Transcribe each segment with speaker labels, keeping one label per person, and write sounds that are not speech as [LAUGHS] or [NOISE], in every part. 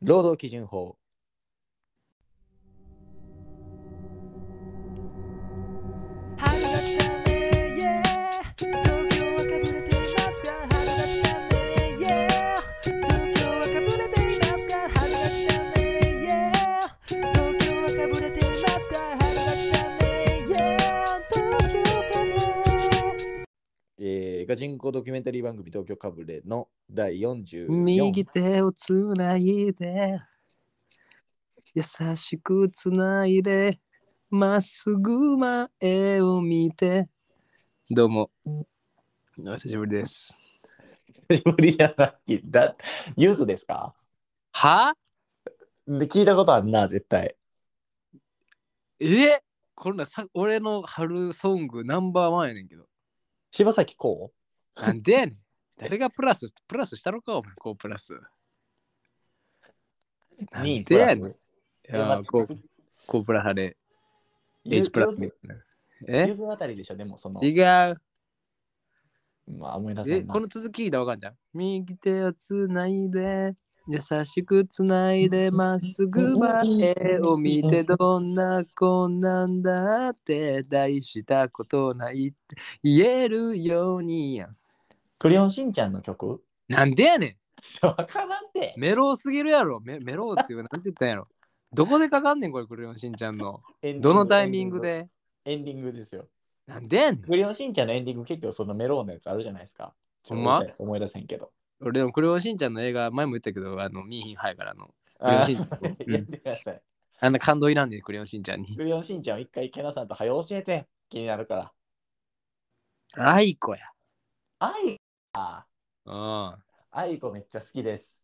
Speaker 1: 労働基準法
Speaker 2: 春が来たね、yeah 東京はかぶれていますが春が来たね、yeah 東京はかぶれていますが春が来たね、yeah 東京はかぶれていますが春が来たね、yeah 東京かぶれ
Speaker 1: えー、ガチンコドキュメンタリー番組東京かぶれの第
Speaker 3: 右
Speaker 1: 44
Speaker 3: 手をつないで優しくつないでまっすぐ前を見てどうもお久しぶりです
Speaker 1: 久しぶりじゃないだユーズですか
Speaker 3: は
Speaker 1: で聞いたことあんな絶対
Speaker 3: えこれなさ俺の春ソングナンバーワンやねんけど
Speaker 1: 柴咲コウ
Speaker 3: なんで [LAUGHS] やねん誰がプラスプラスしたのかお前こうプラスなんでやねんいやーこうこうプラハで H プラス
Speaker 1: ユ
Speaker 3: え
Speaker 1: ーズあたりでしょでもその
Speaker 3: 違う
Speaker 1: まあ思い出せ
Speaker 3: え、
Speaker 1: んな
Speaker 3: この続き聞いたらわかんじゃん。右手をつないで、優しくつないで、まっすぐ前を見て、どんな子なんだって、大したことないって言えるようにやん。
Speaker 1: クレヨンしんちゃんの曲
Speaker 3: なんでやね
Speaker 1: わからんて
Speaker 3: んメロウすぎるやろメメロウっていう、なんて言ったんやろどこでかかんねん、これ、クレヨンしんちゃんの。
Speaker 1: エンディング
Speaker 3: どのタイミングで
Speaker 1: エンディングですよ
Speaker 3: なんでやねん
Speaker 1: クレヨンしんちゃんのエンディング結構そのメローのやつあるじゃないですか
Speaker 3: ほんま
Speaker 1: 思い出せんけど
Speaker 3: 俺、でもクレヨンしんちゃんの映画、前も言ったけど、あの、ミーヒンハイからの。クレヨ
Speaker 1: あ
Speaker 3: ンしんちゃん
Speaker 1: ー
Speaker 3: う
Speaker 1: [LAUGHS]
Speaker 3: ん
Speaker 1: やってください
Speaker 3: あんな感動いらんねん、クレヨンしんちゃん
Speaker 1: [LAUGHS]
Speaker 3: に
Speaker 1: ク。レヨンしんちゃんを一回ケナさんと早教えて気になるから。
Speaker 3: あいこや。
Speaker 1: あい
Speaker 3: うん。
Speaker 1: あいこめっちゃ好きです。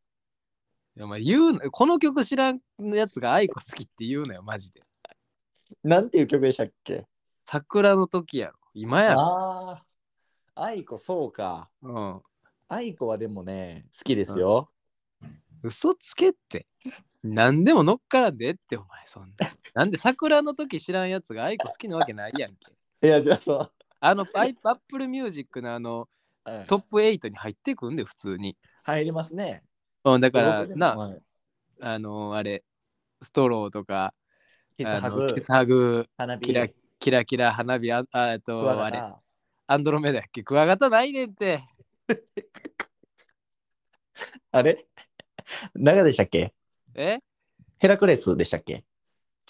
Speaker 3: いやお前言うなこの曲知らんやつが愛子好きって言うなよ、マジで。
Speaker 1: なんていう曲でしたっけ
Speaker 3: 桜の時やろ。今やろ。
Speaker 1: ああ。あいこそうか。
Speaker 3: うん。
Speaker 1: あいこはでもね、好きですよ。
Speaker 3: 嘘つけって。何でも乗っからんでええって、お前、そんな。なんで桜の時知らんやつが愛子好きなわけないやんけ。
Speaker 1: いや、じゃあそう。
Speaker 3: あの、アイアップルミュージックのあの、
Speaker 1: うん
Speaker 3: トップ8に入ってくんで、普通に。
Speaker 1: 入りますね。
Speaker 3: うん、だから、
Speaker 1: 僕でも
Speaker 3: な、
Speaker 1: はい
Speaker 3: あの、あれ、ストローとか、
Speaker 1: キス
Speaker 3: あ
Speaker 1: ハ
Speaker 3: の
Speaker 1: グ
Speaker 3: キ、スハグ、
Speaker 1: 花火、
Speaker 3: キラキラキラ花火、ああえっ
Speaker 1: クワ
Speaker 3: と、あ
Speaker 1: ガ
Speaker 3: れ、
Speaker 1: タ
Speaker 3: アンドロメダやっけ、クワガタないねんって。
Speaker 1: あれ [LAUGHS] 長でしたっけ
Speaker 3: え
Speaker 1: ヘラクレスでしたっけ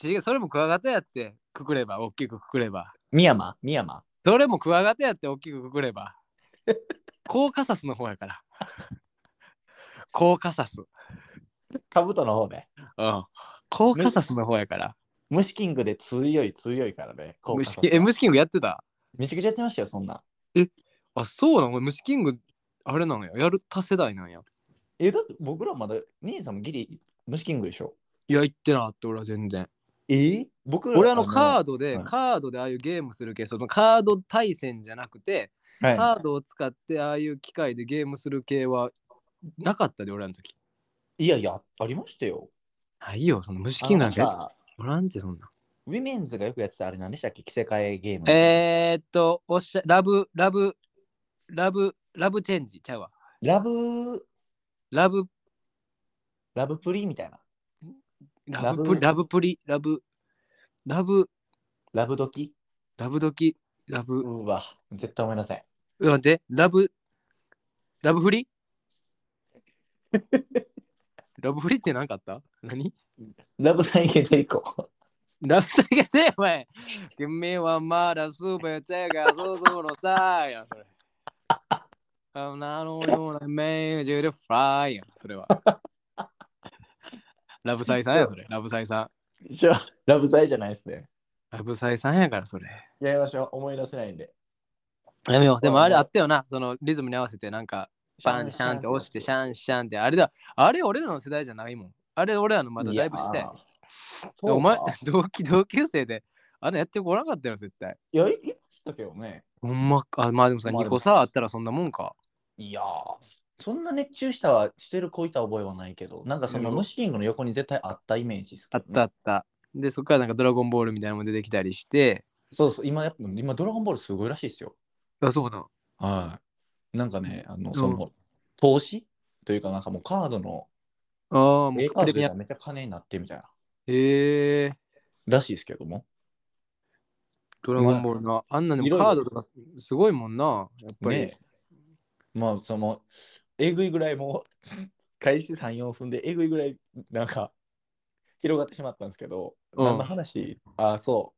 Speaker 3: 違う、それもクワガタやって、くくれば、大きくくくれば。
Speaker 1: ミヤマ、ミヤマ。
Speaker 3: それもクワガタやって、大きくくく
Speaker 1: [LAUGHS]
Speaker 3: れば。コーカサスの方やから。コーカサス。
Speaker 1: カブトの方ね。
Speaker 3: うん。コーカサスの方やから。
Speaker 1: 虫キングで強い強いからね。効果
Speaker 3: 虫キンえ虫キングやってた
Speaker 1: めちゃくちゃやってましたよ、そんなん。
Speaker 3: あ、そうなの虫キング、あれなのや。やる他世代なんや。
Speaker 1: え、だって僕らまだ、兄さんもギリ、虫キングでしょ。
Speaker 3: いや、言ってなかって、俺は全然。
Speaker 1: えー僕ら
Speaker 3: 俺あのカー
Speaker 1: ー
Speaker 3: ドで
Speaker 1: う、ん
Speaker 3: カードでああいうゲームするけど、そのカード対戦じゃなくて、
Speaker 1: ド、
Speaker 3: カ
Speaker 1: は
Speaker 3: ードを使ってああいう機械でゲームする系はなかったで、俺らの時。
Speaker 1: い、いやいや、ありましたよ。
Speaker 3: ないよ、その虫キングなんかやっ
Speaker 1: あのさ
Speaker 3: おらんて、そんな。
Speaker 1: ウィメンズがよくやってたあれ何でしたっけ着せ替えゲーム。
Speaker 3: えー、っと、おっしゃ、ラブ、ラブ、ラブ、ラブチェンジ、ちゃうわ。
Speaker 1: ラブ、
Speaker 3: ラブ、
Speaker 1: ラブプリみたいな。
Speaker 3: ラブプリ、ラブプリ、ラブ、ラブ、
Speaker 1: ラブドキ。
Speaker 3: ラブ時、ラブ、
Speaker 1: うわ、絶対思いなさい。
Speaker 3: うわ待って、ラブ、ラブフリ [LAUGHS] ラブフリって何かあった何
Speaker 1: ラブサイケデリコ。
Speaker 3: ラブ下げて、お前。君はまだすべてが想像のさやん、それ。花のようなイメージでフライやん、それは。ラブサイさんや、それ。ラブサイさ
Speaker 1: [LAUGHS] じゃあラブサイじゃないですね。
Speaker 3: ん。ラブサイさんやから、それ。
Speaker 1: やりましょう。思い出せないんで。
Speaker 3: やめよう。でもあれあったよな、そのリズムに合わせて、なんか、バンシャンって押して、シャンシャンって、あれだ。あれ、俺らの世代じゃないもん。あれ、俺らのまだだいぶして。
Speaker 1: やー。そうか
Speaker 3: お前、同期、同級生で、あれやってこなかったよ、絶対。
Speaker 1: いや、いいましたけどね。
Speaker 3: ほんまか、あまあでもさ、
Speaker 1: まあでも
Speaker 3: 2個さ、あったらそんなもんか。
Speaker 1: いやーそんな熱中したはしてる子いた覚えはないけど、なんかその
Speaker 3: うん
Speaker 1: 虫キングの横に絶対あったイメージです
Speaker 3: あ
Speaker 1: け
Speaker 3: っ
Speaker 1: どね、
Speaker 3: たあった。で、そこからなんかドラゴンボールみたいなのも出てきたりして。
Speaker 1: そうそう、今やっぱ、今ドラゴンボールすごいらしいですよ。
Speaker 3: あ、そうな。
Speaker 1: はい。なんかね、あの、
Speaker 3: ん
Speaker 1: その、投資というか、なんかもうカードの
Speaker 3: ああ、も
Speaker 1: え
Speaker 3: う
Speaker 1: カ
Speaker 3: テレ
Speaker 1: ード
Speaker 3: ビや
Speaker 1: が。めっちゃ金になってみたいな。
Speaker 3: へえ
Speaker 1: らしいですけども。
Speaker 3: ドラゴンボールな。あんなで
Speaker 1: いろ
Speaker 3: も
Speaker 1: いろ
Speaker 3: カードとかすごいもんな。やっぱり。
Speaker 1: ねえまあ、その、えぐいぐらいもう、開始3、4分でえぐいぐらい、なんか、広がってしまったんですけど、
Speaker 3: うん
Speaker 1: 何の話ああ、そ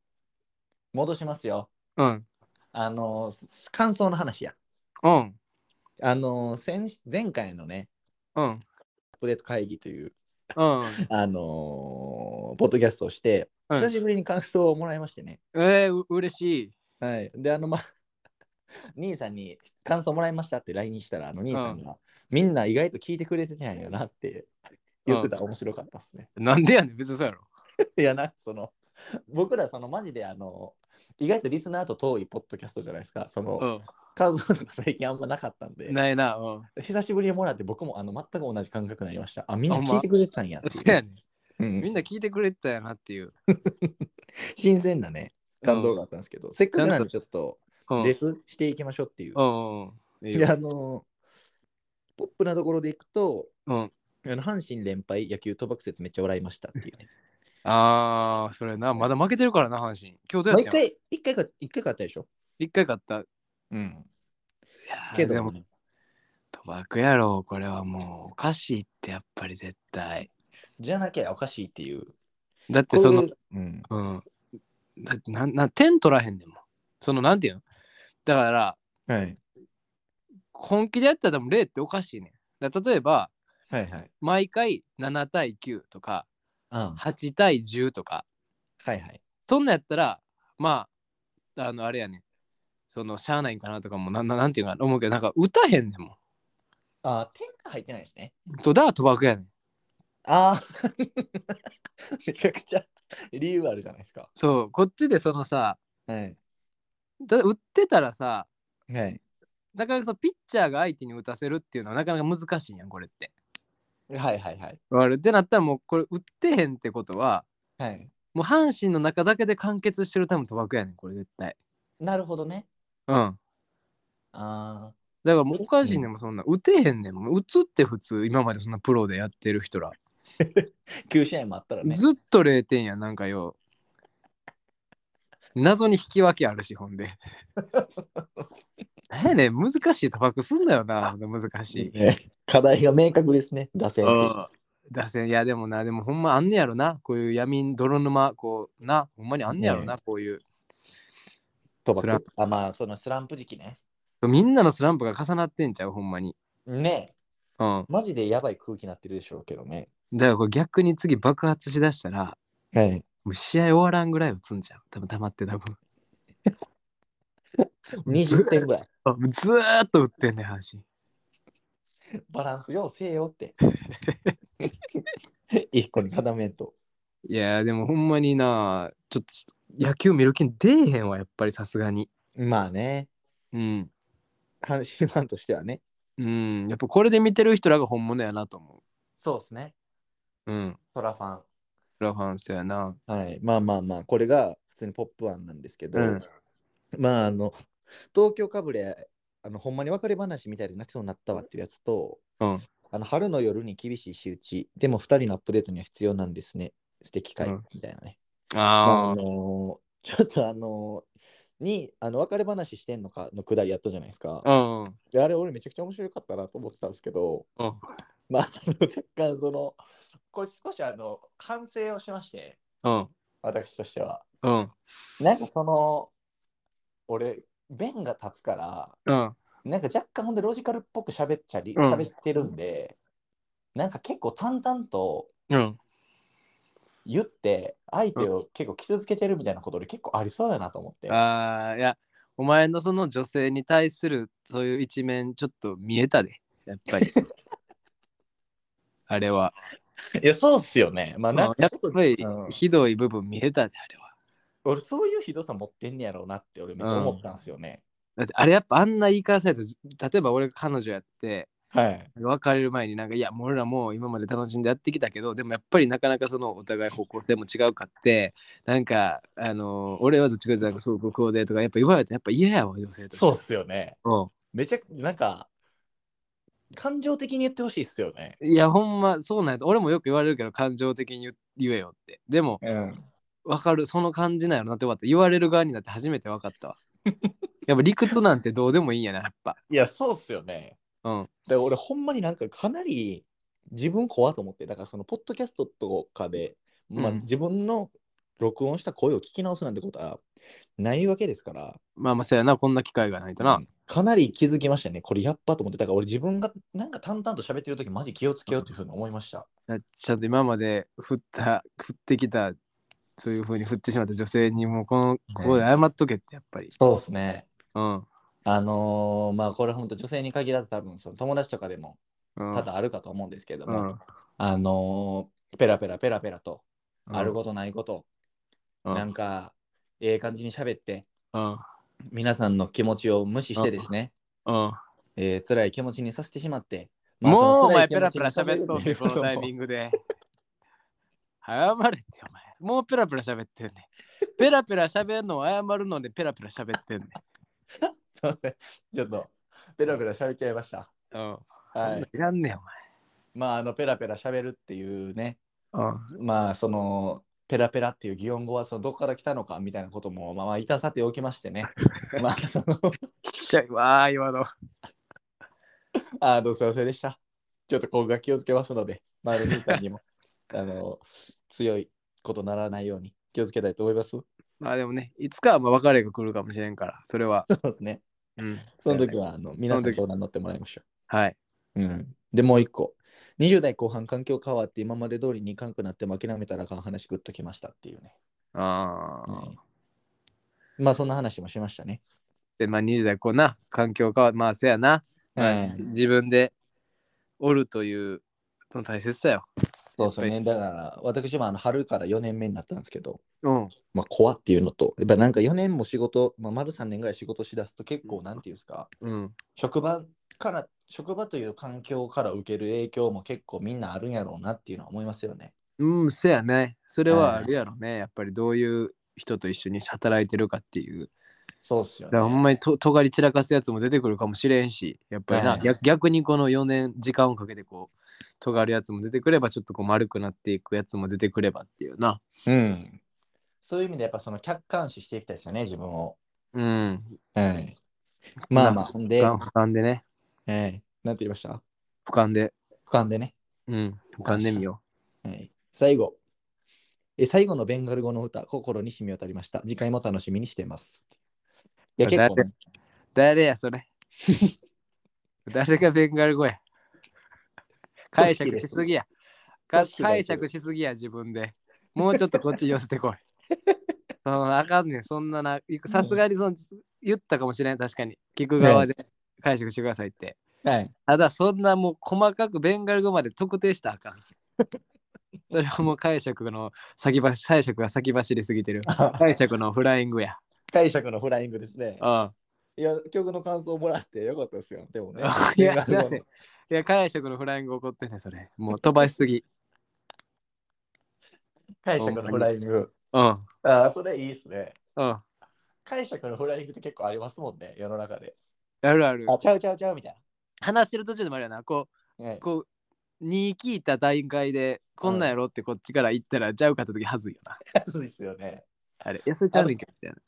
Speaker 1: う。戻しますよ。
Speaker 3: うん。
Speaker 1: あの、す感想の話や。
Speaker 3: うん。
Speaker 1: あの、先前回のね、
Speaker 3: うん。
Speaker 1: アップデート会議という、
Speaker 3: うん。
Speaker 1: あのーポッドキャストをして、
Speaker 3: うん
Speaker 1: 久しぶりに感想をもらいましてね。
Speaker 3: えー、う嬉しい。
Speaker 1: はい。で、あの、まあ、 [LAUGHS] 兄さんに感想もらいましたって LINE したら、あの兄さんが、みんな意外と聞いてくれてたんやなって言ってたら面白かったですね。 [LAUGHS]
Speaker 3: なんでやねん、別にそうやろ。
Speaker 1: いや、なんかその、僕らそのマジであの、意外とリスナーと遠いポッドキャストじゃないですか。その、
Speaker 3: う
Speaker 1: 感想とか最近あんまなかったんで
Speaker 3: ん。、ないな。うん。
Speaker 1: 久しぶりにもらって僕もあの全く同じ感覚になりました。あ、みんな
Speaker 3: あほんま
Speaker 1: 聞いてくれてたんやっていう
Speaker 3: そうやねん。
Speaker 1: うん
Speaker 3: みんな聞いてくれてたやなっていう。
Speaker 1: 新鮮なね、感動があったんですけど、せっかくなんでちょっと
Speaker 3: うん。
Speaker 1: レスしていきましょうっていう。
Speaker 3: うん。うん。いい
Speaker 1: い
Speaker 3: よ
Speaker 1: や、あのーポップなところでいくと、
Speaker 3: うん。
Speaker 1: あの阪神連敗、野球賭博説めっちゃ笑いましたっていうね。
Speaker 3: ああ、それな。まだ負けてるからな、阪神。今日どう
Speaker 1: まあ
Speaker 3: やっ
Speaker 1: 一
Speaker 3: たん
Speaker 1: 回、一回か、一回勝ったでしょ。
Speaker 3: 一回勝った。い
Speaker 1: うん。
Speaker 3: やー
Speaker 1: けど、
Speaker 3: でも、
Speaker 1: ね、
Speaker 3: 賭博やろ、これはもう、おかしいって、やっぱり絶対。
Speaker 1: じゃなきゃおかしいっていう。
Speaker 3: だって、その
Speaker 1: こ、れうん。
Speaker 3: うん。だって、なん、なん、点取らへんねんもん。その、なんていうのだから、
Speaker 1: はい。
Speaker 3: 本気でやったら多分0っておかしいねん。だから例えば、
Speaker 1: はいはい。
Speaker 3: 毎回7対9とか、
Speaker 1: あ
Speaker 3: 8対10とか、
Speaker 1: はいはい。
Speaker 3: そんなんやったら、まあ、あの、あれやねん。その、しゃあないんかなとかも、なん、なんなんていうかな、思うけど、なんか、打たへんねんも
Speaker 1: あー点が入ってないですね。
Speaker 3: ん。と、だから賭博やねん。
Speaker 1: ああ。 [LAUGHS] めちゃくちゃ理由あるじゃないですか。
Speaker 3: そう、こっちでそのさ、
Speaker 1: はい。
Speaker 3: だ打ってたらさ、
Speaker 1: はい。
Speaker 3: なかなかそのピッチャーが相手に打たせるっていうのはなかなか難しいやん、これって。
Speaker 1: はいはいはい。
Speaker 3: わかるってなったらもうこれ打ってへんってことは、
Speaker 1: はい。
Speaker 3: もう阪神の中だけで完結してる多分賭博やねん、これ絶対。
Speaker 1: なるほどね。
Speaker 3: うん。
Speaker 1: ああ。
Speaker 3: だからもうおかしいねんもんそんな。打てへんねんもん。打つって普通、今までそんなプロでやってる人ら。
Speaker 1: 9試合もあったらね。
Speaker 3: ずっと0点やん、なんかよ。謎に引き分けあるし、ほ [LAUGHS] んで。なんやねん、難しい賭博すんだよな、難しい。
Speaker 1: ね課題が明確ですね。打線って
Speaker 3: うん打線、いやでもな、でもほんまあんねやろな、こういう闇泥沼、こうな、ほんまにあんねやろな、こういう。
Speaker 1: 賭博
Speaker 3: スランプ
Speaker 1: あまあそのスランプ時期ね。
Speaker 3: みんなのスランプが重なってんちゃう、ほんまに。
Speaker 1: ねえ
Speaker 3: うん。
Speaker 1: マジでやばい空気になってるでしょうけどね。
Speaker 3: だからこれ逆に次爆発しだしたら、
Speaker 1: はい。
Speaker 3: もう試合終わらんぐらい打つんちゃう。多分溜まって多 [LAUGHS] 分。
Speaker 1: 20点ぐらい。
Speaker 3: あずーっと打ってんねん、阪神。
Speaker 1: バランスようせえよって。 [LAUGHS] 一個に固めんと。
Speaker 3: いやーでもほんまにな、ちょっと野球見る気出えへんわ、やっぱりさすがに。
Speaker 1: まあね、
Speaker 3: うん。
Speaker 1: 阪神ファンとしてはね。
Speaker 3: うん。やっぱこれで見てる人らが本物やなと思
Speaker 1: そうですね。
Speaker 3: う。うん。
Speaker 1: トラファン。
Speaker 3: ラファンスやな。
Speaker 1: はい。まあまあまあ、これが普通にポップワンなんですけど、
Speaker 3: うん
Speaker 1: まああの、東京かぶれ、あのほんまに別れ話みたいで泣きそうになったわっていうやつと、
Speaker 3: うん
Speaker 1: あの春の夜に厳しい仕打ち、でも2人のアップデートには必要なんですね。素敵かい、
Speaker 3: うん
Speaker 1: みたいなね。
Speaker 3: あ
Speaker 1: あのーちょっとあのーにあの別れ話してんのかのくだりやったじゃないですか。
Speaker 3: あ。うん。
Speaker 1: であれ俺めちゃくちゃ面白かったなと思ってたんですけど、
Speaker 3: うん
Speaker 1: まああの若干そのこれ少しあの反省をしまして
Speaker 3: うん。
Speaker 1: 私としては
Speaker 3: うん。
Speaker 1: なんかその俺弁が立つから
Speaker 3: うん。
Speaker 1: なんか若干ほんでロジカルっぽく喋っちゃり
Speaker 3: うん
Speaker 1: 喋ってるんで、なんか結構淡々と
Speaker 3: うん。
Speaker 1: 言って相手を結構傷つけてるみたいなことで結構ありそうやなと思って。
Speaker 3: ああ、いや、お前のその女性に対するそういう一面、ちょっと見えたで、やっぱり。あれは。
Speaker 1: いや、そうっすよね。まあ、
Speaker 3: や
Speaker 1: な
Speaker 3: っ
Speaker 1: ん
Speaker 3: ぱ
Speaker 1: か、
Speaker 3: り
Speaker 1: うん
Speaker 3: ひどい部分見えたで、あれは。
Speaker 1: 俺、そういうひどさ持ってんねやろうなって、俺、めっちゃ思ったんすよね。
Speaker 3: だってあれやっぱあんな言い方されたら例えば俺が彼女やって、
Speaker 1: はい。
Speaker 3: 別れる前になんか、いや、もう俺らもう今まで楽しんでやってきたけど、でもやっぱりなかなかそのお互い方向性も違うかって、なんか、あの俺はどっちかというとなんかそうこうこうでとか、やっぱ言われたらやっぱ嫌やわ、女性として。
Speaker 1: そうっすよね。
Speaker 3: うん
Speaker 1: めちゃくちゃ、なんか、感情的に言ってほしいっすよね。
Speaker 3: いや、ほんま、そうなんやと。俺もよく言われるけど、感情的に言言えよって。でも、
Speaker 1: うん。
Speaker 3: わかる、その感じなんやろなって分かった。言われる側になって初めて分かったわ。やっぱ理屈なんてどうでもいいんやな、やっぱ。
Speaker 1: いや、そうっすよね。
Speaker 3: うん。
Speaker 1: だから俺、ほんまになんかかなり自分怖と思って、だからその、ポッドキャストとかで、まあ、
Speaker 3: うん
Speaker 1: 自分の録音した声を聞き直すなんてことはないわけですから、
Speaker 3: まあまあ、そうやな、こんな機会がないとな。
Speaker 1: うんかなり気づきましたね。これやっぱと思って、だから俺自分がなんか淡々と喋ってる時マジ気をつけようというふうに思いました。
Speaker 3: ちゃんと今まで振った、振ってきた、そういう風に振ってしまった女性にも、この、ここで謝っとけって、やっぱり。
Speaker 1: そうですね。
Speaker 3: うん。
Speaker 1: あのーまあこれ本当女性に限らず多分その友達とかでも
Speaker 3: うん
Speaker 1: 多々あるかと思うんですけれど
Speaker 3: う
Speaker 1: も、
Speaker 3: ん。
Speaker 1: あのーペラペラペラペラと、ある
Speaker 3: ほ
Speaker 1: ことないこと、
Speaker 3: ど
Speaker 1: なんかええ感じに喋って
Speaker 3: うん。
Speaker 1: 皆さんの気持ちを無視してですね、
Speaker 3: うん。
Speaker 1: えー、辛い気持ちにさせてしまって、
Speaker 3: もうお前ペ
Speaker 1: ペ
Speaker 3: ラペラ喋っとんねんこのタイミ
Speaker 1: グ
Speaker 3: ングで。謝れってお前。もうペラペラ喋ってんねん。ペラペラ喋るのを謝るのでペラペラ喋ってんねん。
Speaker 1: [LAUGHS] すいませんちょっとペラペラ喋っちゃいました
Speaker 3: うん。
Speaker 1: は
Speaker 3: そん
Speaker 1: い
Speaker 3: な、やんねん
Speaker 1: まああのペラペラ喋るっていうね
Speaker 3: お前。うん。
Speaker 1: まあそのペラペラっていう擬音語はそのどこから来たのかみたいなこともまあまあいたさておきまして
Speaker 3: [LAUGHS]
Speaker 1: ねまあその
Speaker 3: きっしゃいわー、今の。
Speaker 1: あどうせお世話でしたちょっとここが気をつけますのでまあ兄さんにもあの強いことならないように気をつけたいと思いますそ
Speaker 3: まあでもね、いつかはまあ別れが来るかもしれんから、それは。
Speaker 1: うですね
Speaker 3: うん。
Speaker 1: その時
Speaker 3: は。
Speaker 1: はあの皆さ
Speaker 3: その
Speaker 1: ん
Speaker 3: 時
Speaker 1: 相談に乗ってもらいましょ
Speaker 3: はい。
Speaker 1: ううんでもう一個20代後半環境変わって今まで通りにいかんくなっても諦めたらあかん話グッときましたっていうね、
Speaker 3: ああ。
Speaker 1: うんまあそんな話もしましたね
Speaker 3: で、まあ20代こうな、環境変わまあせやな。まあ
Speaker 1: うん
Speaker 3: 自分でおるという、その大切さよ。
Speaker 1: そうです
Speaker 3: や
Speaker 1: ね。だから、私もあの春から4年目になったんですけど、
Speaker 3: うん。
Speaker 1: まあ、怖っていうのと、やっぱなんか4年も仕事、まあ、丸3年ぐらい仕事しだすと結構、なんていうんですか、
Speaker 3: うん。
Speaker 1: 職場から、職場という環境から受ける影響も結構みんなあるんやろうなっていうのは思いますよね。
Speaker 3: うん、せやね。それは
Speaker 1: う
Speaker 3: あ
Speaker 1: ん
Speaker 3: るやろね。やっぱりどういう人と一緒に働いてるかっていう。
Speaker 1: そうっすよ
Speaker 3: だからほん
Speaker 1: ね。
Speaker 3: まにと尖り散らかすやつも出てくるかもしれんし、やっぱりな、
Speaker 1: はい
Speaker 3: 逆逆にこの4年時間をかけてこう、尖るやつも出てくれば、ちょっとこう丸くなっていくやつも出てくればっていうな。
Speaker 1: うん。そういう意味で、やっぱその客観視していきたいですよね、自分を。
Speaker 3: うん。
Speaker 1: はい。まあまあ、
Speaker 3: 俯
Speaker 1: ほん
Speaker 3: 瞰
Speaker 1: で、
Speaker 3: 俯瞰でね。
Speaker 1: ええなんて言いました
Speaker 3: 俯瞰で。
Speaker 1: 俯瞰でね。
Speaker 3: うん。俯瞰でみよ
Speaker 1: はい、最後え。最後のベンガル語の歌、心に染み渡りました。次回も楽しみにしています。いや、
Speaker 3: あ
Speaker 1: 結構、ね、
Speaker 3: う。誰や、それ。 [LAUGHS] 誰がベンガル語や。解釈しすぎや。か
Speaker 1: 組織が言
Speaker 3: 解
Speaker 1: ってる
Speaker 3: 釈しすぎや、自分で。もうちょっとこっち寄せてこい。 [LAUGHS] そのあかんねん、そんなな。いくさすがにその言ったかもしれん、確かに。聞く側で解釈してくださいって。
Speaker 1: はい。
Speaker 3: ただ、そんなもう細かくベンガル語まで特定したらあ [LAUGHS] かん。それはもう解釈の先走解釈が先走りすぎてる。解釈のフライングや。
Speaker 1: 解釈のフライングですね。
Speaker 3: うん。。
Speaker 1: いや、曲の感想をもらってよかったですよ。でもね
Speaker 3: [LAUGHS] い
Speaker 1: ベンガ
Speaker 3: や、すい
Speaker 1: ル
Speaker 3: ま
Speaker 1: 語
Speaker 3: せん。い
Speaker 1: の
Speaker 3: や、解釈のフライング起こってんねん、それ。もう飛ばしすぎ。
Speaker 1: 解釈のフライング。
Speaker 3: うん。
Speaker 1: ああ、それいいっすね。
Speaker 3: うん。
Speaker 1: 解釈のフライングって結構ありますもんね、世の中で。
Speaker 3: あるある。
Speaker 1: あ、ちゃうちゃうちゃうみたい
Speaker 3: 話してる途中でもあるよな。こ、
Speaker 1: な。はいう
Speaker 3: こう、に聞いた段階で、こんなんやろってこっちから言ったら、ちゃうかった時はずいよな。
Speaker 1: そうですよね。
Speaker 3: あれ、いや、それちゃうねんけど、みたいな。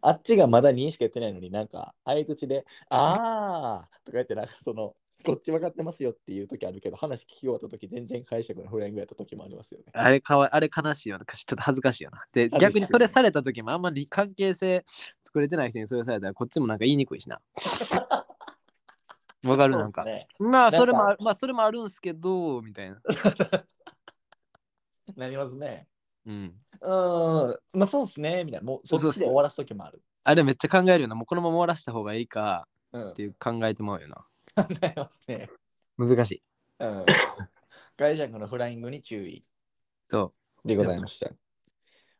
Speaker 1: あっちがまだ認識やってないのになんか、相づちで、あーとか言って、なんかその、こっち分かってますよっていう時あるけど、話聞き終わった時、全然解釈のフライングやった時もありますよね。
Speaker 3: あれかわ、あれ悲しいよな。ちょっと恥ずかしいよな。
Speaker 1: 恥
Speaker 3: で、
Speaker 1: ずかしい
Speaker 3: 逆にそれされた時も、あんまり関係性作れてない人にそれされたら、こっちもなんか言いにくい
Speaker 1: [LAUGHS]
Speaker 3: しな。わかるなんか。
Speaker 1: そうっすね
Speaker 3: まあ、
Speaker 1: なんか
Speaker 3: それもある、まあ、それもあるんすけど、みたいな。
Speaker 1: なりますね。
Speaker 3: うん。
Speaker 1: うーん、まあそうですね、みたいな。もうそっちで終わらす時もある。
Speaker 3: あれめっちゃ考えるよな。もうこのまま終わらした方がいいか。
Speaker 1: うん
Speaker 3: っ、
Speaker 1: [LAUGHS]
Speaker 3: ていう考えてまうよな。
Speaker 1: 考えますね。
Speaker 3: 難しい。
Speaker 1: うん。解釈のフライングに注意
Speaker 3: そう。
Speaker 1: でございました。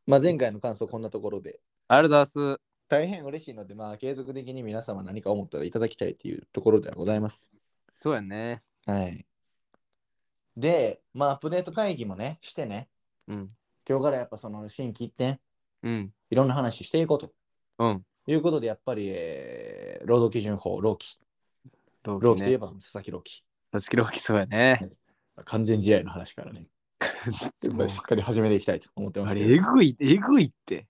Speaker 1: まあ前回の感想こんなところで、
Speaker 3: ありがとうございます。
Speaker 1: 大変嬉しいので、まあ継続的に皆様何か思ったらいただきたいというところではございます。
Speaker 3: そうやね。
Speaker 1: はい。で、まあ、アップデート会議もね、してね、
Speaker 3: うん。
Speaker 1: 今日からやっぱその新規一点、
Speaker 3: うん。
Speaker 1: いろんな話していこうと
Speaker 3: うん。
Speaker 1: いうことで、やっぱり、えー労働基準法、労基、
Speaker 3: ロ
Speaker 1: 労基といえ
Speaker 3: ね。
Speaker 1: ば佐々木労基、
Speaker 3: 断ち切るわけそうやね。 [LAUGHS]
Speaker 1: 完全試合の話からね、やっぱりしっかり始めていきたいと思ってま
Speaker 3: あ
Speaker 1: すけ
Speaker 3: れ、
Speaker 1: ど。
Speaker 3: えぐい、えぐいって。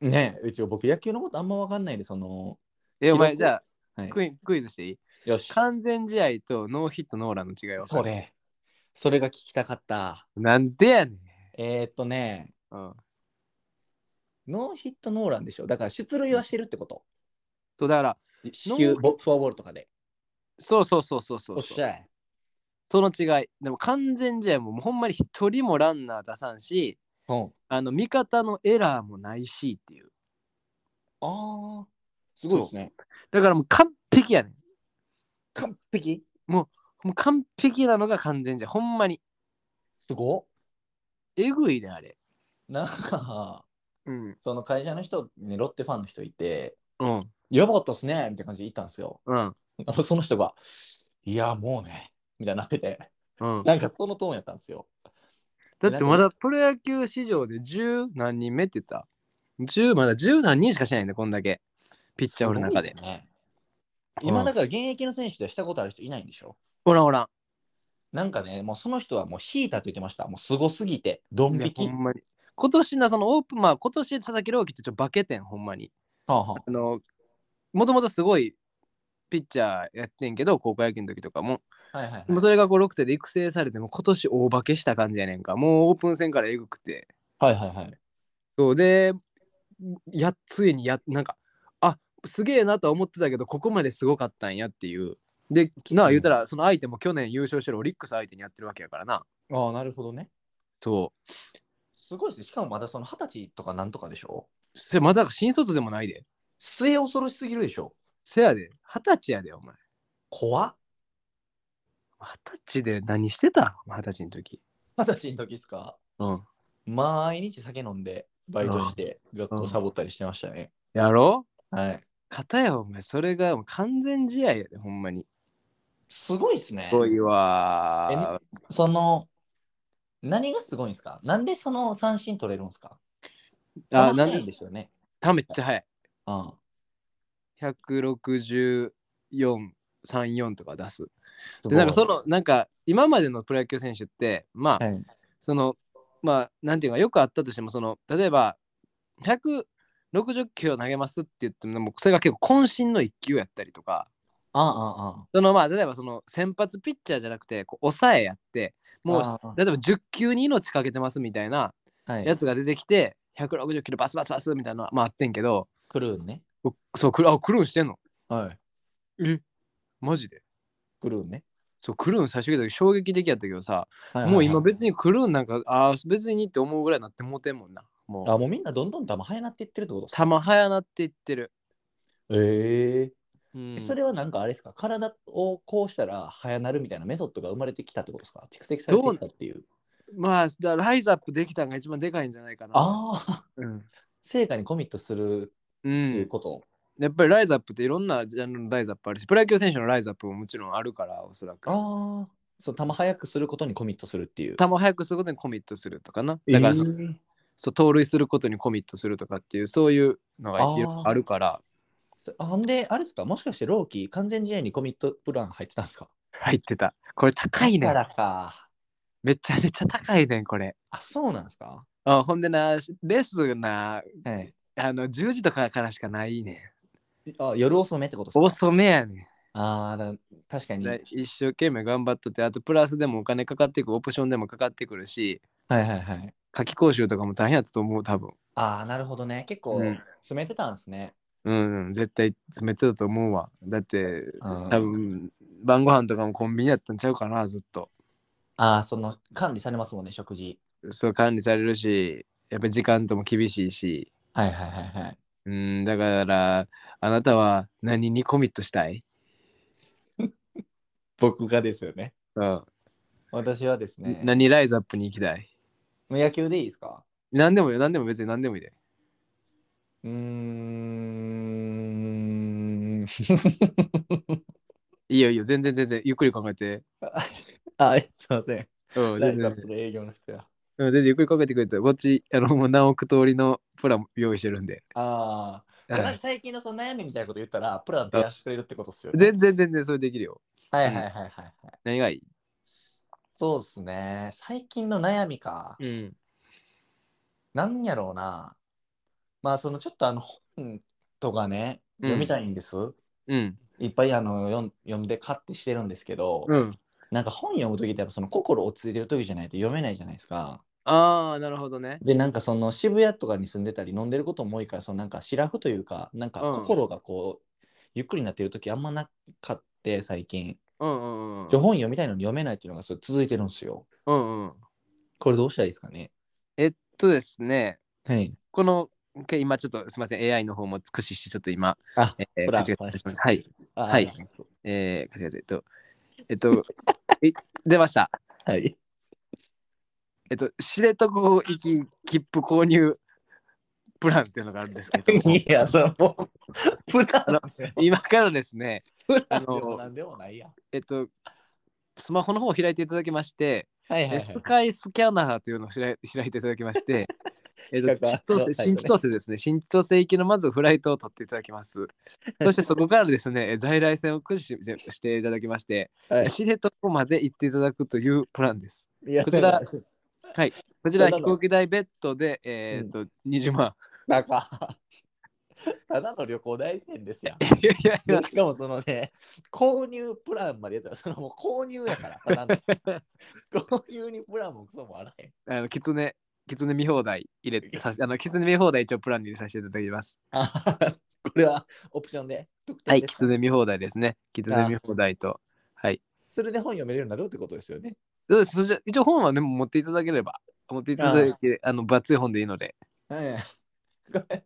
Speaker 1: ねうち僕野球のことあんま分かんないんで、その、
Speaker 3: え、お前、
Speaker 1: 記録
Speaker 3: じゃ
Speaker 1: は
Speaker 3: あ
Speaker 1: い、
Speaker 3: クイクイズしていい
Speaker 1: よし、
Speaker 3: 完全試合とノーヒットノーランの違いは
Speaker 1: それ、それが聞きたかった。
Speaker 3: なんでやねん。
Speaker 1: えー、っとね、
Speaker 3: うん。
Speaker 1: ノーヒットノーランでしょ。だから出塁はしてるってこと。
Speaker 3: そう、だから、
Speaker 1: 四球、ボフォアボールとかで。
Speaker 3: そうそうそうそうそ
Speaker 1: おっ
Speaker 3: う
Speaker 1: し
Speaker 3: そう。
Speaker 1: ゃい。
Speaker 3: その違い。でも完全試合ももうほんまに一人もランナー出さんし、
Speaker 1: うん。
Speaker 3: あの、味方のエラーもないしっていう。
Speaker 1: ああ、すごいですね。
Speaker 3: だからもう完璧やねん。
Speaker 1: 完璧
Speaker 3: もう完璧なのが完全試合。ほんまに。
Speaker 1: すごっ
Speaker 3: えぐいね、あれ。
Speaker 1: なんか、
Speaker 3: うん。
Speaker 1: その会社の人、ね、ロッテファンの人いて、
Speaker 3: うん。
Speaker 1: やばかったっすねみたいな感じで言ったんですよ。
Speaker 3: うん。
Speaker 1: あのその人が、いや、もうね、みたいになってて、
Speaker 3: うん、
Speaker 1: なんかそのトーンやったんですよ。
Speaker 3: だってまだプロ野球史上で十何人目って言った十まだ十何人しかしないんだこんだけピッチャー俺の中です
Speaker 1: ごいっすね。
Speaker 3: うん
Speaker 1: 今だから現役の選手でしたことある人いないんでしょ
Speaker 3: おらんおら
Speaker 1: なんかね、もうその人はもう引いたと言ってました。もうすごすぎて、ド
Speaker 3: ん
Speaker 1: ン
Speaker 3: いや
Speaker 1: 引き。
Speaker 3: ほんまに今年なそのオープンまあ今年佐々木朗希ってちょっと化けてんほんまに
Speaker 1: はあはあ
Speaker 3: あのもともとすごいピッチャーやってんけど高校野球の時とかも
Speaker 1: はいはいはい
Speaker 3: もうそれがこう6手で育成されてもう今年大化けした感じやねんかもうオープン戦からえぐくて
Speaker 1: はいはいはい。
Speaker 3: そうでやついにやなんかあすげえなとは思ってたけどここまですごかったんやっていうでなあ言うたらその相手も去年優勝してるオリックス相手にやってるわけやからな
Speaker 1: ああ、なるほどね。
Speaker 3: そう
Speaker 1: すごいですね。しかもまだその二十歳とかなんとかでしょ
Speaker 3: それまだ新卒でもないで
Speaker 1: 末恐ろしすぎるでしょ
Speaker 3: せやで二十歳やでお前
Speaker 1: 怖っ。
Speaker 3: 二十歳で何してたお前二十歳の時
Speaker 1: 二十歳の時ですか
Speaker 3: うん
Speaker 1: 毎日酒飲んで、バイトして、学校サボったりしてましたね。
Speaker 3: やろ
Speaker 1: はい。
Speaker 3: 片やお前それがもう完全試合やでほんまに
Speaker 1: すごいですね
Speaker 3: す。ごいわ
Speaker 1: その、何がすごいんですかなんでその三振取れるんですか
Speaker 3: ーあ
Speaker 1: 球
Speaker 3: な
Speaker 1: 速い
Speaker 3: ん
Speaker 1: ん
Speaker 3: で
Speaker 1: ですよね。
Speaker 3: ためっちゃ早い
Speaker 1: うん。
Speaker 3: 16434とか出す
Speaker 1: すご
Speaker 3: で
Speaker 1: い
Speaker 3: なんかそ、のなんか今までのプロ野球選手ってまあ、
Speaker 1: はい
Speaker 3: そのまあなんていうかよくあったとしてもその例えば160キロ投げますって言ってももうそれが結構渾身の1球やったりとか
Speaker 1: ああああ
Speaker 3: そのまあ例えばその先発ピッチャーじゃなくてこう抑えやってもう
Speaker 1: ああ
Speaker 3: 例えば10球に命かけてますみたいな
Speaker 1: ああ。はい。
Speaker 3: やつが出てきて160キロバスバスバスみたいなのはまああってんけど
Speaker 1: クルーンね。
Speaker 3: そうクルあクルーンしてんの
Speaker 1: はい。
Speaker 3: えマジで
Speaker 1: クルーンね。
Speaker 3: そうクルーン最初見た時衝撃的やったけどさもう今
Speaker 1: に。
Speaker 3: 別に来るんなんか、ああ、別にって思うぐらいになってもうてんもんな。も
Speaker 1: あ、
Speaker 3: う、
Speaker 1: もうみんなどんどん球速なっていってるってことですか
Speaker 3: たまはやなっていってる。
Speaker 1: え
Speaker 3: う
Speaker 1: え
Speaker 3: ん、
Speaker 1: それはなんかあれですか体をこうしたら速なるみたいなメソッドが生まれてきたってことですか蓄積されてきたっていう。
Speaker 3: まあ、だライズアップできたんが一番でかいんじゃないかな。
Speaker 1: ああ、
Speaker 3: うん。
Speaker 1: 成果にコミットする
Speaker 3: う、
Speaker 1: っていうんこと。
Speaker 3: やっぱりライズアップっていろんなジャンルのライズアップあるし、プロ野球選手のライズアップももちろんあるから、おそらく。
Speaker 1: ああ、そう、球速くすることにコミットするっていう。
Speaker 3: 球早くすることにコミットするとかな。だからそ、
Speaker 1: えー
Speaker 3: そう、盗塁することにコミットするとかっていう、そういうのがい
Speaker 1: あー
Speaker 3: ろいろあるから、
Speaker 1: あほんで、あれですかもしかしてローキー完全試合にコミットプラン入ってたんですか
Speaker 3: 入ってた。これ高いね
Speaker 1: だ
Speaker 3: ん
Speaker 1: か。らか。
Speaker 3: めちゃめちゃ高いねん、これ。
Speaker 1: あ、そうなんですか
Speaker 3: あほんでな、レッスンな、
Speaker 1: はい。
Speaker 3: あの、10時とかからしかないねん。
Speaker 1: あ、夜遅めってことですか
Speaker 3: 遅めやね
Speaker 1: ああ、だ確か
Speaker 3: ん。
Speaker 1: に。はい
Speaker 3: で一生懸命頑張っとって、あとプラスでもお金かかってくる、オプションでもかかってくるし、
Speaker 1: はいはい。
Speaker 3: 夏季講習とかも大変やったと思う、多分。
Speaker 1: ああ、なるほどね。結構、
Speaker 3: うん
Speaker 1: 詰めてたんですね。
Speaker 3: うん、うん、絶対詰めてたと思うわ。だって、
Speaker 1: うん
Speaker 3: 多分晩ご飯とかもコンビニやったんちゃうかな、ずっと。
Speaker 1: ああ、その、管理されますもんね、食事。
Speaker 3: そう、管理されるし、やっぱ時間とも厳しいし。
Speaker 1: はいはいはいはい。
Speaker 3: うん、だから、あなたは何にコミットしたい
Speaker 1: 僕がですよね。
Speaker 3: うん、
Speaker 1: 私はですね、も
Speaker 3: 何ライズアップに行きたいう
Speaker 1: 野球でいいですか
Speaker 3: 何でもよ、何でも別に何でもいいで。
Speaker 1: うーん。 [LAUGHS]
Speaker 3: いいよいいよ、全然全然、ゆっくり考えて。
Speaker 1: あ、すいません。
Speaker 3: うん、
Speaker 1: ラ
Speaker 3: 全
Speaker 1: イズア
Speaker 3: 然
Speaker 1: ッ。プで営業の人や。
Speaker 3: うん、全然ゆっくりかけてくれたら、こっち、あの、もう何億通りのプラン用意してるんで。
Speaker 1: ああ、この最近のその悩みみたいなこと言ったら、プラン提案してくれるってことっすよね。
Speaker 3: 全然全然それできるよ。
Speaker 1: はいはいはいはいはい。
Speaker 3: 何がいい
Speaker 1: そうですね。最近の悩みか。
Speaker 3: うん。
Speaker 1: なんやろうな。まあ、そのちょっとあの本とかね、
Speaker 3: うん
Speaker 1: 読みたいんです。
Speaker 3: うん。
Speaker 1: いっぱいあの読ん読んで買ってしてるんですけど、
Speaker 3: うん。
Speaker 1: なんか本読むときってやっぱその心落ち着いてるときじゃないと読めないじゃないですか。
Speaker 3: ああ、なるほどね。
Speaker 1: で、なんかその渋谷とかに住んでたり飲んでることも多いから、そのなんかシラフというか、なんか
Speaker 3: うん
Speaker 1: 心がこう、ゆっくりになってるときあんまなかって最近。
Speaker 3: うんうんうん。
Speaker 1: ちょ本読みたいのに読めないっていうのがそれ続いてるんですよ。
Speaker 3: うんうん。
Speaker 1: これどうしたらいいですかね
Speaker 3: えっとですね、
Speaker 1: はい。
Speaker 3: この、け今ちょっとすみません、AI の方も駆使して、ちょっと今、
Speaker 1: あ
Speaker 3: えー、
Speaker 1: プラン
Speaker 3: 口が出しましたはい。
Speaker 1: あー
Speaker 3: はい
Speaker 1: なるほど
Speaker 3: えー、口が出えっと、えっと、 [LAUGHS] え出ました。
Speaker 1: はい。
Speaker 3: えっと、知床行き切符購入プランっていうのがあるんですけど [LAUGHS] も、
Speaker 1: い [LAUGHS] や、それもう、プランでも、
Speaker 3: 今からですね、
Speaker 1: プランでもなんでもないやん。
Speaker 3: えっと、スマホの方を開いていただきまして、
Speaker 1: はいはいは
Speaker 3: レ
Speaker 1: い
Speaker 3: ス。カイスキャナーというのを開い開いていただきま [LAUGHS] して、えっと
Speaker 1: 比較は
Speaker 3: 新千
Speaker 1: はい
Speaker 3: 歳新千歳ですね、新千歳行きのまずフライトを取っていただき [LAUGHS] ます。そしてそこからですね、え在来線を駆使ししていただきまして、
Speaker 1: はい
Speaker 3: 知床まで行っていただくというプランです。
Speaker 1: いや
Speaker 3: こちら、こちら
Speaker 1: ただ
Speaker 3: 飛
Speaker 1: の
Speaker 3: 行機代ベッドで、えっと20万。 [LAUGHS]
Speaker 1: なんか、ただの旅行代理店ですやん。
Speaker 3: いやいやいや
Speaker 1: でしかもそのね、購入プランまでやったら、そのもう購入やから、ただの購入にプランもクソもあらへん。 [LAUGHS]
Speaker 3: あの、キツネ、キツネ見放題入れ [LAUGHS] て、さあの、キツネ見放題一応プランに入れさせていただきます。
Speaker 1: あこれはオプションで。特典
Speaker 3: はい、
Speaker 1: です
Speaker 3: キツネ見放題ですね。キツネ見放題と。はい。
Speaker 1: それで本読めるようになるってことですよね。
Speaker 3: そうですそじゃ一応本はね、持っていただければ。持っていただいて、あの、バツい本でいいので。
Speaker 1: はい。 [LAUGHS] これ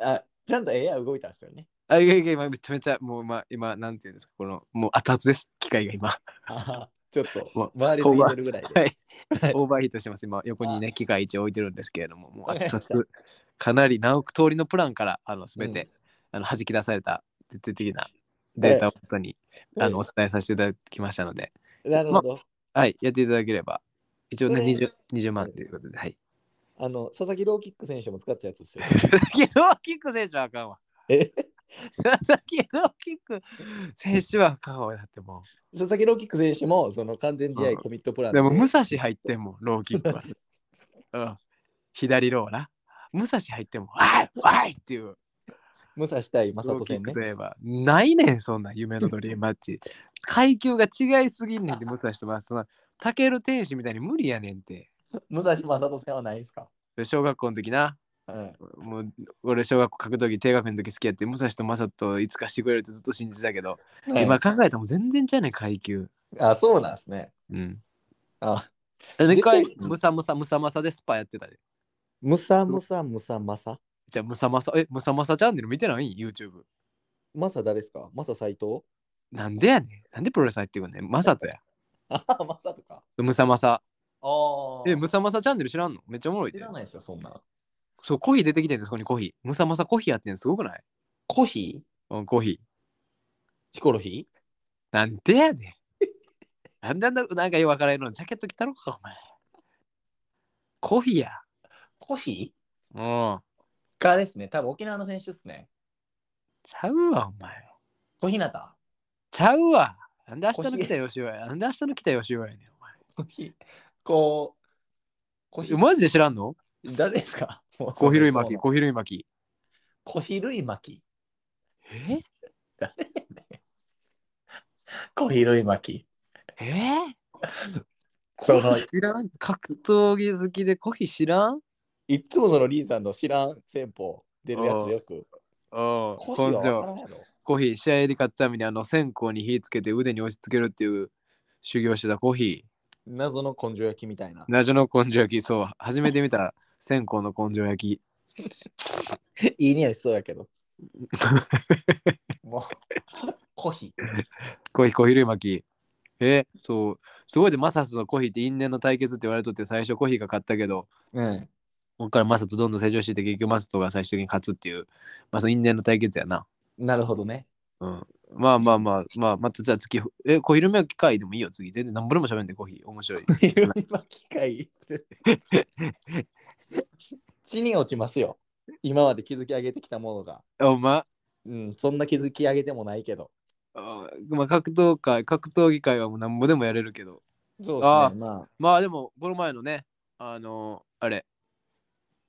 Speaker 1: あちゃんと AI 動いたんですよね。 [LAUGHS]
Speaker 3: あ、いやいや、今めちゃめちゃ、もう、まあ、今、なんていうんですか、この、もう熱々です、機械が今。
Speaker 1: あちょっと
Speaker 3: も
Speaker 1: 回りすぎてるぐらいで。
Speaker 3: はい。オーバーヒートしてます。今、横にね、機械一応置いてるんですけれども、もう熱々、かなり何億通りのプランから、あの、すべて、
Speaker 1: うん
Speaker 3: あの、弾き出された、徹底的なデータを元に、あの、お伝えさせていただきましたので、
Speaker 1: なるほど。
Speaker 3: はい、やっていただければ。一応ね、
Speaker 1: それ
Speaker 3: 20, 20万ということで、はい。
Speaker 1: あの、佐々木朗キック選手も使ったやつですよ。 [LAUGHS]
Speaker 3: 佐々木ローキック選手はあかんわ。
Speaker 1: え
Speaker 3: 佐々木ローキック選手はあかんわ。だっても
Speaker 1: 佐々木朗キック選手もその完全試合コミットプラ
Speaker 3: う。
Speaker 1: ン
Speaker 3: でも、武蔵入っても、ローキックは。うん。左ローな。武蔵入っても、わいわいっていう。
Speaker 1: 武蔵対正
Speaker 3: ロ
Speaker 1: 人
Speaker 3: ーキ
Speaker 1: 戦
Speaker 3: ック
Speaker 1: ね
Speaker 3: と。いえば、ないねん、そんな夢のドリームマッチ。階級が違いすぎんねんって、武蔵とます。その、タケル天使みたいに無理やねんって。
Speaker 1: 武蔵正人戦はないですか、
Speaker 3: それ小学校の時な。
Speaker 1: うん、
Speaker 3: もう俺小学校格闘技低学年の時好きやって武蔵と正人いつかしてくれるってずっと信じたけど、今考えたらもう全然ちゃうねん階級
Speaker 1: あ、そうなんですね。
Speaker 3: うん
Speaker 1: あ、
Speaker 3: あの一回
Speaker 1: 絶対
Speaker 3: ムサムサムサマサでスパやってたで
Speaker 1: ムサムサムサマサ
Speaker 3: じゃあムサマサえムサマサチャンネル見てない YouTube
Speaker 1: マサ誰ですかマサ斎藤 [LAUGHS]
Speaker 3: なんでやねんなんでプロレス入ってくんねんマサトや
Speaker 1: あ、マサとか。
Speaker 3: ムサマサ
Speaker 1: あ
Speaker 3: えムサマサチャンネル知らんのめっちゃおもろい
Speaker 1: 知
Speaker 3: で
Speaker 1: らないですよ、そんな。
Speaker 3: そうコーヒー出てきてんでそこにコーヒームサマサコーヒーやってんのすごくない
Speaker 1: コヒ
Speaker 3: うんコーヒー
Speaker 1: ーヒコロヒ
Speaker 3: なんでやねんなん [LAUGHS] であんななんかよくわからんのジャケット着たろかお前コーヒーや
Speaker 1: コヒ
Speaker 3: うん
Speaker 1: ーかですね。多分沖縄の選手ですね。
Speaker 3: ちゃうわ、お前。
Speaker 1: 小日向。
Speaker 3: ちゃうわ。なんで明日の来た吉尾や。なんで明日の来た吉尾やねん、
Speaker 1: コヒこう、コヒ
Speaker 3: お前。マジで知らんの
Speaker 1: 誰ですか
Speaker 3: コーヒー類巻き、コーヒー類巻き。
Speaker 1: コヒルイマキ。
Speaker 3: え
Speaker 1: コヒルイマキ。
Speaker 3: え
Speaker 1: その、
Speaker 3: 知らん格闘技好きでコーヒー知らん
Speaker 1: いっつもそのリンさんの知らん戦法出るやつよく。
Speaker 3: お
Speaker 1: コヒーは
Speaker 3: 根
Speaker 1: わか
Speaker 3: 性。
Speaker 1: らんやろ。
Speaker 3: コーヒー、試合で勝つためにあの線香に火つけて腕に押し付けるっていう修行してたコーヒ
Speaker 1: 謎の根性焼きみたいな
Speaker 3: ー。。謎の根性焼き、そう。初めて見た線香の根性焼き。
Speaker 1: [LAUGHS] いい匂いしそうやけど。 [LAUGHS] もう、コヒー。
Speaker 3: コーヒー、コーヒー類巻き。えそう。すごいで、マサスのコーヒーって因縁の対決って言われとって最初コーヒーが勝ったけど、
Speaker 1: うん。
Speaker 3: ここからマサとどんどん成長していって結局マサとが最終的に勝つっていう、まあその因縁の対決やな。
Speaker 1: なるほど [LAUGHS] ね。
Speaker 3: うん。まあまあまあ、まあ、またじゃあ次、え、コーヒールメイク会でもいいよ、次。全然何ぼでも喋んで、コーヒー。面白い。
Speaker 1: 今機械。地に落ちますよ。今まで築き上げてきたものが。
Speaker 3: おま、
Speaker 1: うん、そんな築き上げてもないけど。
Speaker 3: あまあ、格闘界、格闘技界はもう何ぼでもやれるけど。
Speaker 1: そう
Speaker 3: あ
Speaker 1: ですね。
Speaker 3: ー
Speaker 1: まあ、
Speaker 3: まあでも、この前のね、あのあれ、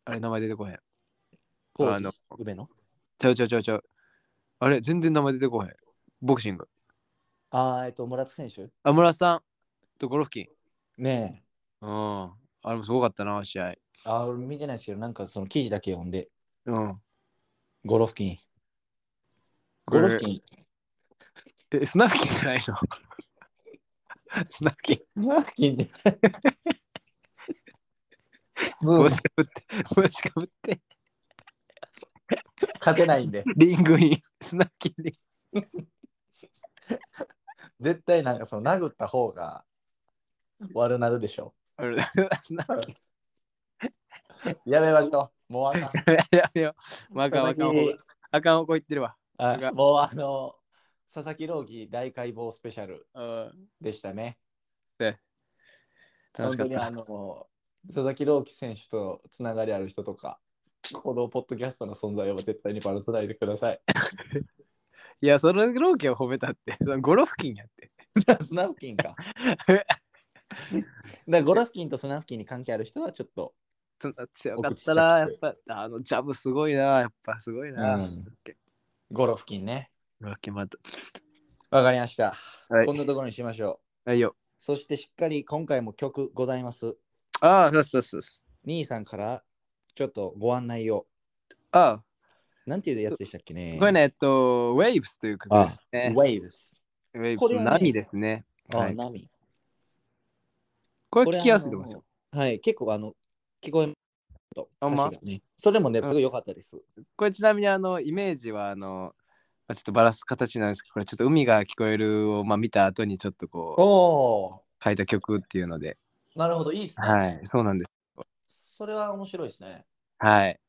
Speaker 3: あれ、名前出てこへん。
Speaker 1: コ
Speaker 3: あ
Speaker 1: ー
Speaker 3: の
Speaker 1: の梅野
Speaker 3: ちゃうちゃうちゃうちゃう。あれ、全然名前出てこへん。ボクシング。
Speaker 1: あーえっと、村田選手
Speaker 3: あ、村さんとゴロフキン。
Speaker 1: ねえ。
Speaker 3: うん。あれもすごかったな、試合。
Speaker 1: あー俺見てないですけど、なんかその記事だけ読んで、
Speaker 3: うん。
Speaker 1: ゴロフキン。ゴロフキン。
Speaker 3: え、スナフキンじゃないの [LAUGHS] スナフキン。
Speaker 1: ゴロフキンで。もう
Speaker 3: 帽子かぶって、帽子かぶって。
Speaker 1: 勝てないんで、
Speaker 3: リングイン。スナフキンリン
Speaker 1: 絶対なんかその殴った方が悪なるでしょ。
Speaker 3: あれスナフキン。
Speaker 1: やめましょう。もうあかん。
Speaker 3: やめよう。まああかん、あ
Speaker 1: 佐
Speaker 3: かん
Speaker 1: 々木
Speaker 3: 方。あかん方向行ってるわ。
Speaker 1: あもうあの、佐々木朗希大解剖スペシャル
Speaker 3: うん。
Speaker 1: でしたね。
Speaker 3: 楽
Speaker 1: 本
Speaker 3: し
Speaker 1: 当
Speaker 3: かっ
Speaker 1: にあ
Speaker 3: た。
Speaker 1: の、佐々木朗希選手とつながりある人とか、このポッドキャストの存在を絶対にバラさないでください。
Speaker 3: いや、そのローケを褒めたって。そのゴロフキンやって。
Speaker 1: [LAUGHS] スナフキン
Speaker 3: [LAUGHS]
Speaker 1: か。だからゴロフキンとスナフキンに関係ある人はちょっと、
Speaker 3: そんな強かったな、やっ
Speaker 1: 奥ちっ
Speaker 3: ぱ。あの、ジャブすごいな、やっぱすごいな。
Speaker 1: うんゴロフキンね。
Speaker 3: うわ、決まった。
Speaker 1: わかりました。
Speaker 3: はい
Speaker 1: こんなところにしましょう。
Speaker 3: はいよ。
Speaker 1: そしてしっかり今回も曲ございます。
Speaker 3: ああ、そうそうそうそう。
Speaker 1: 兄さんからちょっとご案内を。
Speaker 3: あ
Speaker 1: なんていうやつでしたっけね
Speaker 3: あ、これね、えっと、Waves という曲ですね。
Speaker 1: Waves。こ
Speaker 3: Waves
Speaker 1: れはね
Speaker 3: の波ですね。
Speaker 1: あ、
Speaker 3: はい
Speaker 1: 波。
Speaker 3: これ聞きやすいと思いますよ。
Speaker 1: あのはい、結構あの、聞こえと
Speaker 3: あんま
Speaker 1: 歌詞がねそれもね、
Speaker 3: うん
Speaker 1: すごい良かったです。
Speaker 3: これちなみにあのイメージはあの、まあ、ちょっとバラす形なんですけどこれちょっと海が聞こえるを、まあ、見た後にちょっとこう
Speaker 1: お
Speaker 3: 書いた曲っていうので
Speaker 1: お、なるほど、いいですね。
Speaker 3: はいそうなんです
Speaker 1: それは面白いですね。
Speaker 3: はい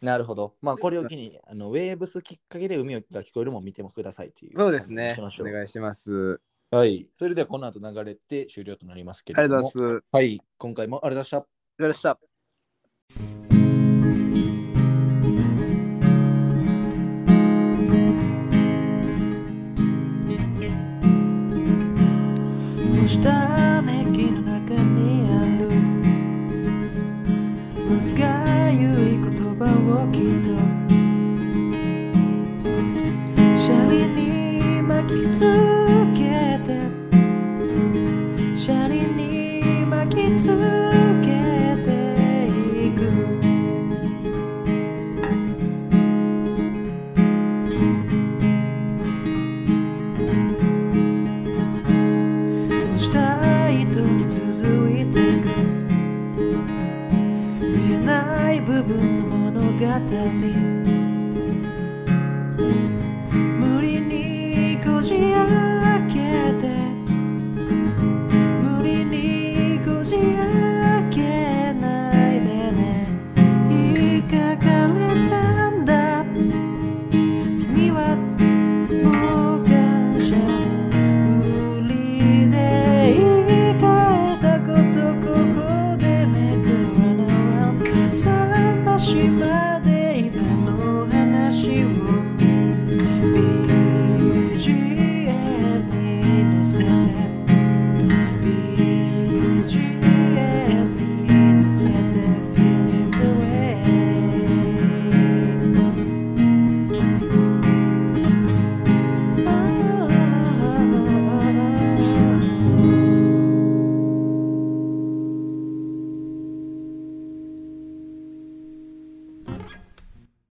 Speaker 1: なるほど。まあ、これを機に、あのウェーブスきっかけで海が聞こえるもん見てもくださいっていう。
Speaker 3: そうですね
Speaker 1: しましょ
Speaker 3: お
Speaker 1: う
Speaker 3: 願いします
Speaker 1: はい。それではこの後流れて終了となりますけ
Speaker 3: あ
Speaker 1: れ
Speaker 3: り
Speaker 1: ども。
Speaker 3: がとうございますありがとう
Speaker 1: はい。今回もありがとうございました。
Speaker 3: ございました
Speaker 2: 干したネギの中にあるむがゆい言葉を聞いたシャリに巻きつけてシャリに巻きつけていくどうしたいとに続いていく見えない部分の物語無理にこじ開けて無理にこじ開けないでね言いかかれたんだ君はもう感謝無理で言い換えたことここでめくらならさましま Oh, oh.